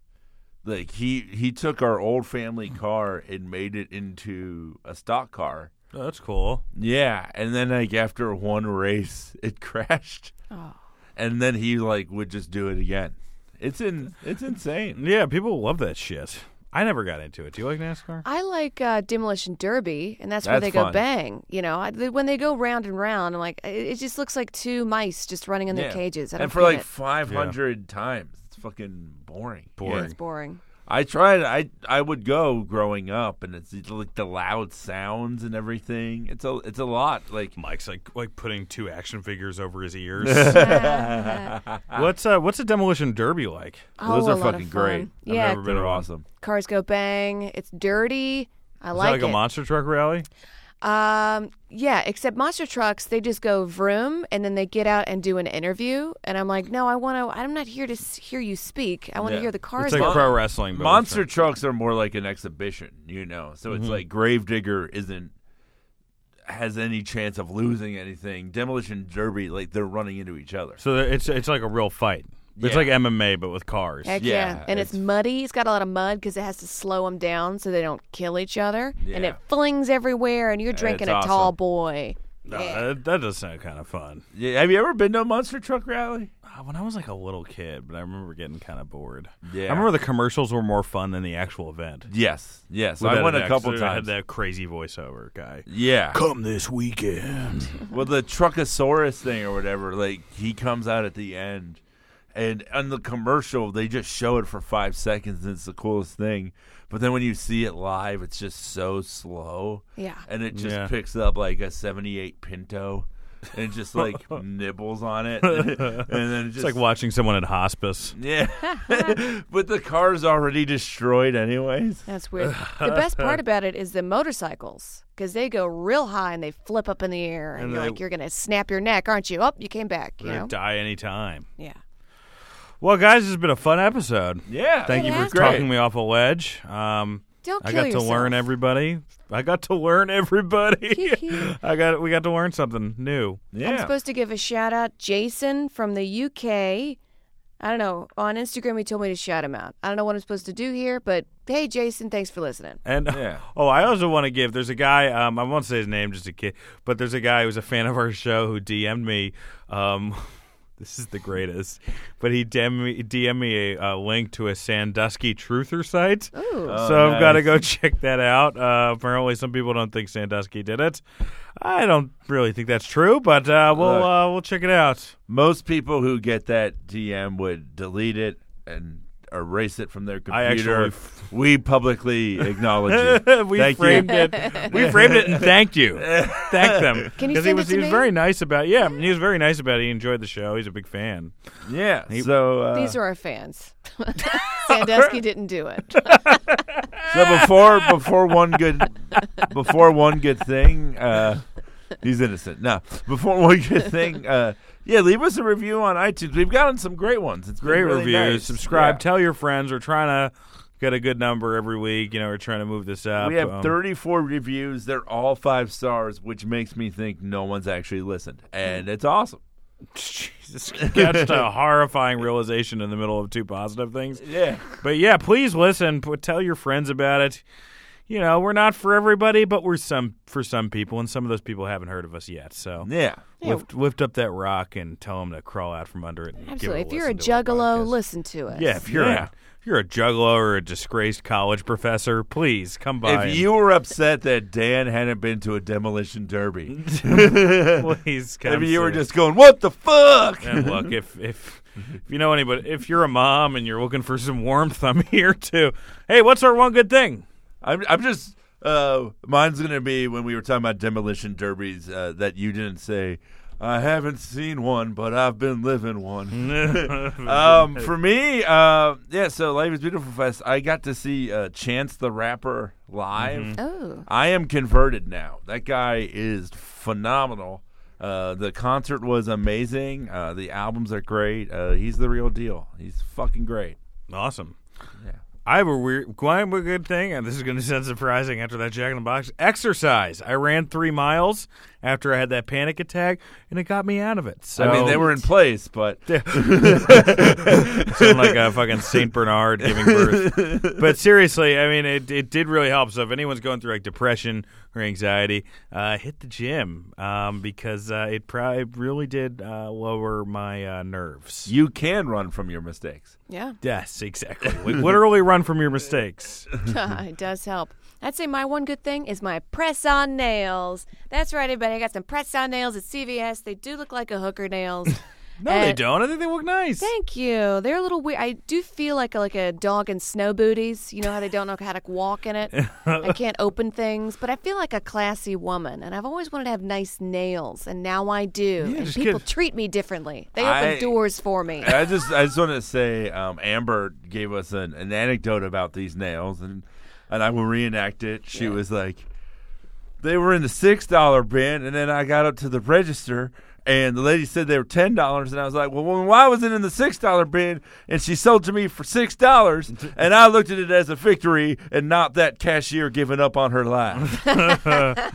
Like he he took our old family car and made it into a stock car.
Oh, that's cool.
Yeah, and then like after one race, it crashed,
Oh.
and then he like would just do it again. It's in it's insane.
Yeah, people love that shit. I never got into it. Do you like NASCAR?
I like uh, demolition derby, and that's, where
That's
they go
fun.
bang. You know, I, they- when they go round and round, I'm like, it, it just looks like two mice just running in their
Yeah.
cages. I don't
and for
get
like
it.
five hundred times, it's fucking boring.
Boring.
it's boring.
I tried. I I would go growing up, and it's like the loud sounds and everything. It's a it's a lot. Like
Mike's like like putting two action figures over his ears. what's uh what's a demolition derby like?
Oh,
those
a
are
lot of
fucking
fun.
great.
Yeah,
I've never been
They're
to
fun.
awesome.
cars go bang. It's dirty. I
Is
like,
that like
it.
a monster truck rally?
Um, yeah, except monster trucks, they just go vroom and then they get out and do an interview. And I'm like, no, I want to, I'm not here to s- hear you speak. I want to
Yeah.
hear the cars.
It's like
go.
pro wrestling. But
Monster trucks are more like an exhibition, you know. So it's like Gravedigger isn't has any chance of losing anything. Demolition Derby, like they're running into each other.
So there- it's it's like a real fight. It's
Yeah.
like MMA but with cars.
Heck
yeah,
yeah. And it's,
it's-
muddy. It's got a lot of mud because it has to slow them down so they don't kill each other. And
Yeah.
it flings everywhere and you're drinking
it's
a tall
awesome.
boy.
Uh, that, that does sound kind of fun.
Yeah, have you ever been to a monster truck rally?
Uh, When I was like a little kid, but I remember getting kind of bored.
Yeah.
I remember the commercials were more fun than the actual event.
Yes, yes.
With
I
that
went a
ex-
couple
that Had
times.
that crazy voiceover guy.
yeah,
Come this weekend.
well, the Truckosaurus thing or whatever, like he comes out at the end, and on the commercial they just show it for five seconds, and it's the coolest thing. But then when you see it live, it's just so slow.
Yeah.
and it just
Yeah.
picks up like a '78 Pinto, and just like nibbles on it, and then it
It's
just
like watching someone in hospice.
yeah. but the car's already destroyed, anyways.
That's weird. the best part about it is the motorcycles because they go real high and they flip up in the air. And,
And
you're
they-
like, you're going to snap your neck, aren't you? Oh, you came back. You know?
Or die anytime.
Yeah.
Well, guys, this has been a fun episode.
Yeah,
Thank you
It
for
has
talking me off a ledge. Um,
Don't
I
kill
got to learn
yourself.
everybody. I got to learn everybody.
Hee-hee.
I got we got to learn something new.
Yeah.
I'm supposed to give a shout out Jason from the UK. I don't know. On Instagram, he told me to shout him out. I don't know what I'm supposed to do here, but hey, Jason, thanks for listening.
And
Yeah.
oh, I also want to give. There's a guy. Um, I won't say his name, just a kid. But there's a guy who's a fan of our show who DM'd me. Um, this is the greatest. but he DM me, DM me a, uh link to a Sandusky Truther site.
Ooh.
Oh,
so I've got to go check that out. Uh, apparently, some people don't think Sandusky did it. I don't really think that's true, but uh, we'll
Look.
uh, we'll check it out.
Most people who get that DM would delete it and erase it from their computer.
I actually-
we publicly acknowledge it.
we
Thank you.
framed it. We framed it and thanked you. Thank them.
Can you
'Cause he
send
was
it to
he was
me?
very nice about yeah, he was very nice about it. He enjoyed the show. He's a big fan.
Yeah. So uh,
These are our fans. Sandusky didn't do it.
so before before one good before one good thing. Uh, He's innocent. No, before one good thing, uh, yeah, leave us a review on iTunes. We've gotten some great ones. It's been
Great
really
reviews.
nice.
Subscribe.
Yeah.
Tell your friends. We're trying to get a good number every week. You know, we're trying to move this up.
We have
Um,
34 reviews. They're all five stars, which makes me think no one's actually listened,
Hmm.
and it's awesome.
Jesus, catched a horrifying realization in the middle of two positive things.
Yeah.
But yeah, please listen. P- tell your friends about it. You know, we're not for everybody, but we're some for some people, and some of those people haven't heard of us yet. So
Yeah.
lift, lift up that rock and tell them to crawl out from under it. And give
Absolutely.
it
If you're
listen
a
to our
juggalo,
podcast.
listen to us.
Yeah, if you're
Yeah.
a if you're a juggalo or a disgraced college professor, please come by.
If you were upset that Dan hadn't been to a demolition derby,
and please come.
maybe you were
see us.
just going, "What the fuck?"
And look, if if if you know anybody, if you're a mom and you're looking for some warmth, I'm here too. Hey, what's our one good thing?
I'm, I'm just. Uh, mine's gonna be when we were talking about demolition derbies uh, that you didn't say. I haven't seen one, but I've been living one. um, for me, uh, yeah. So Life is Beautiful Fest. I got to see uh, Chance the Rapper live.
Mm-hmm.
Oh,
I am converted now. That guy is phenomenal. Uh, the concert was amazing. Uh, the albums are great. Uh, he's the real deal. He's fucking great.
Awesome.
Yeah.
I have a weird, quite a good thing, and this is going to sound surprising after that Jack in the Box exercise. I ran three miles after I had that panic attack, and it got me out of it. So
I mean, they were in place, but
sound like a fucking Saint Bernard giving birth. But seriously, I mean, it, it did really help. So if anyone's going through like depression or anxiety, uh, hit the gym um, because uh, it probably really did uh, lower my uh, nerves.
you can run from your mistakes.
Yeah,
Yes, exactly. Like, literally run from your mistakes.
it does help. I'd say my one good thing is my press on nails. That's right, everybody. I got some press on nails at CVS. They do look like a hooker nails.
No, they
And-
don't. I think they look nice.
Thank you. They're a little weird. I do feel like a, like a dog in snow booties. You know how they don't know how to walk in it. I can't open things, but I feel like a classy woman, and I've always wanted to have nice nails, and now I do.
Yeah,
and
just
people
get-
treat me differently. They open
I-
doors for me.
I just I just want to say um, Amber gave us an, an anecdote about these nails and and I will reenact it. She was like they were in the six dollar bin and then I got up to the register and the lady said they were ten dollars and I was like, Well well, why was it in the six dollar bin and she sold to me for six dollars and I looked at it as a victory and not that cashier giving up on her life.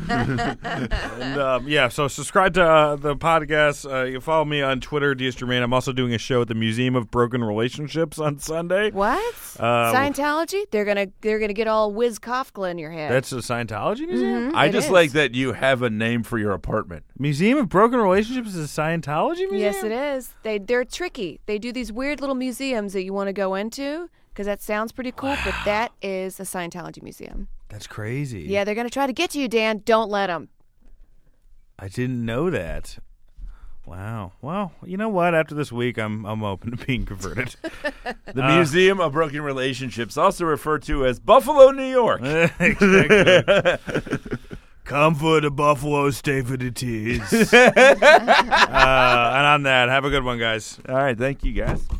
And, um, yeah, so subscribe to uh, the podcast. Uh, you follow me on Twitter, DS Germain. I'm also doing a show at the Museum of Broken Relationships on Sunday.
What?
Uh,
Scientology? They're gonna they're gonna get all Wiz Kafka in your head. Mm,
That's the Scientology Museum?
I
It
just
is.
like that you have a name for your apartment.
Museum of Broken Relationships is a Scientology Museum?
yes, it is. They they're tricky. They do these weird little museums that you want to go into because that sounds pretty cool, but that is a Scientology museum.
That's crazy.
Yeah, they're gonna try to get to you, Dan. Don't let them.
I didn't know that. Wow. Well, you know what? After this week, I'm I'm open to being converted.
The Museum of Broken Relationships, also referred to as Buffalo, New York.
Exactly. Come for the buffalo, stay for the teas. uh, and on that, have a good one, guys.
All right. Thank you, guys.